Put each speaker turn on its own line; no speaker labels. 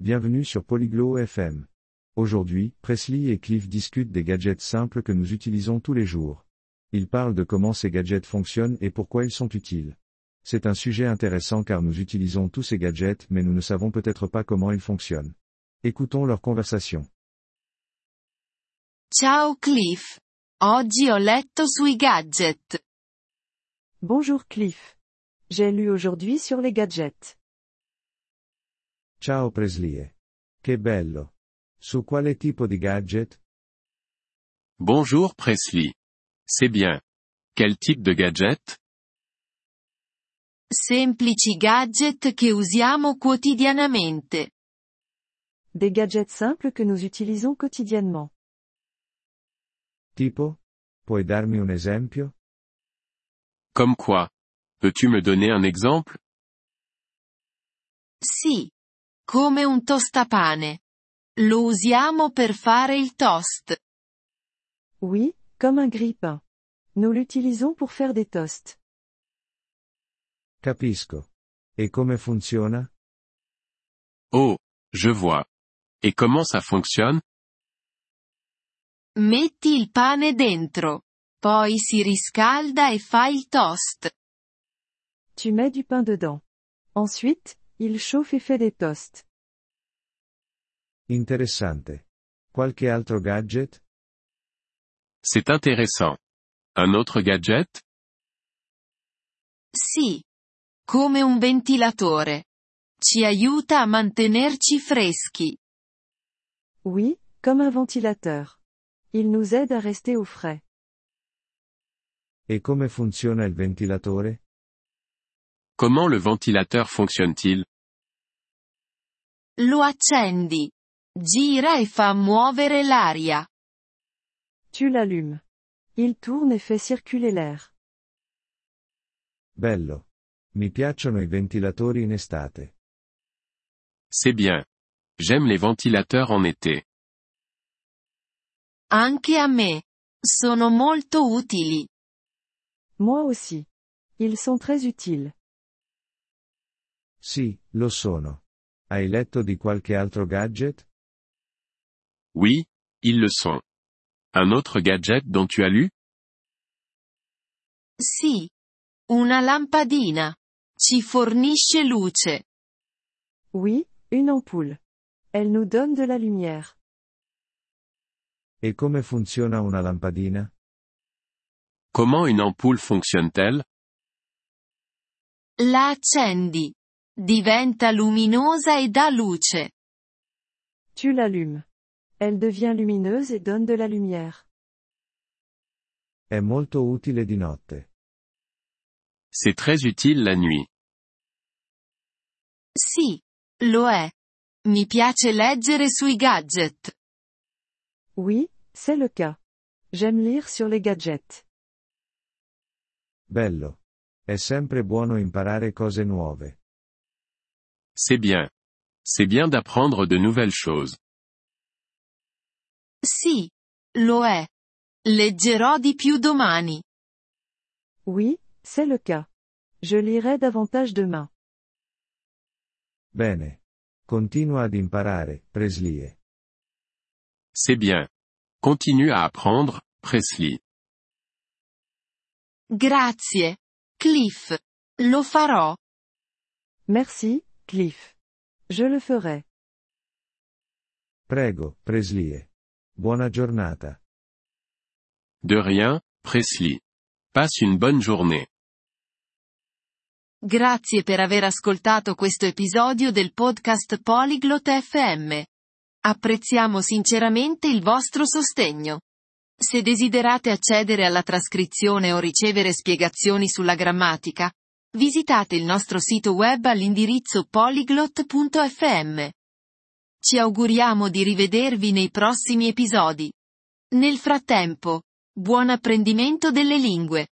Bienvenue sur Polyglot FM. Aujourd'hui, Presley et Cliff discutent des gadgets simples que nous utilisons tous les jours. Ils parlent de comment ces gadgets fonctionnent et pourquoi ils sont utiles. C'est un sujet intéressant car nous utilisons tous ces gadgets mais nous ne savons peut-être pas comment ils fonctionnent. Écoutons leur conversation.
Ciao Cliff. Oggi ho letto sui gadget.
Bonjour Cliff. J'ai lu aujourd'hui sur les gadgets.
Ciao Presley. Che bello. Su quale tipo di gadget?
Bonjour Presley. C'est bien. Quel type de gadget
Semplici gadget che usiamo quotidianamente.
Des gadgets simples que nous utilisons quotidiennement.
Tipo? Puoi darmi un esempio?
Comme quoi Peux-tu me donner un exemple
Sì. Come un tostapane. Lo usiamo per fare il toast.
Oui, comme un grille-pain. Nous l'utilisons pour faire des toasts.
Capisco. E come funziona?
Oh, je vois. Et comment ça fonctionne
Metti il pane dentro. Poi si riscalda e fa il toast.
Tu mets du pain dedans. Ensuite, il chauffe et fait des toasts.
Interessante. Qualche altro gadget?
C'est intéressant. Un autre gadget
Sì. Come un ventilatore. Ci aiuta a mantenerci freschi.
Oui, comme un ventilateur. Il nous aide à rester au frais.
E come funziona il ventilatore?
Comment le ventilateur fonctionne-t-il
Lo accendi. Gira e fa muovere l'aria.
Tu l'allumes. Il tourne et fait circuler l'air.
Bello. Mi piacciono i ventilatori in estate.
C'est bien. J'aime les ventilateurs en été.
Anche a me. Sono molto utili.
Moi aussi. Ils sont très utiles.
Sì, lo sono. Hai letto di qualche altro gadget?
Oui, ils le sont. Un autre gadget dont tu as lu
Sì. Una lampadina. Ci fornisce luce.
Oui, une ampoule. Elle nous donne de la lumière.
E come funziona una lampadina?
Comment une ampoule fonctionne-t-elle
La accendi. Diventa luminosa e dà luce.
Tu l'allumes. Elle devient lumineuse et donne de la lumière.
È molto utile di notte.
C'est très utile la nuit.
Sì. Lo è. Mi piace leggere sui gadget.
Oui, c'est le cas. J'aime lire sur les gadgets.
Bello. È sempre buono imparare cose nuove.
C'est bien. C'est bien d'apprendre de nouvelles choses.
Sì. Lo è. Leggerò di più domani.
Oui, c'est le cas. Je lirai davantage demain.
Bene. Continua ad imparare, Preslie.
C'est bien. Continue à apprendre, Presley.
Grazie. Cliff. Lo farò.
Merci, Cliff. Je le ferai.
Prego, Preslie. Buona giornata.
De rien, Presley. Passe une bonne journée.
Grazie per aver ascoltato questo episodio del podcast Polyglot FM. Apprezziamo sinceramente il vostro sostegno. Se desiderate accedere alla trascrizione o ricevere spiegazioni sulla grammatica, visitate il nostro sito web all'indirizzo polyglot.fm. Ci auguriamo di rivedervi nei prossimi episodi. Nel frattempo, buon apprendimento delle lingue.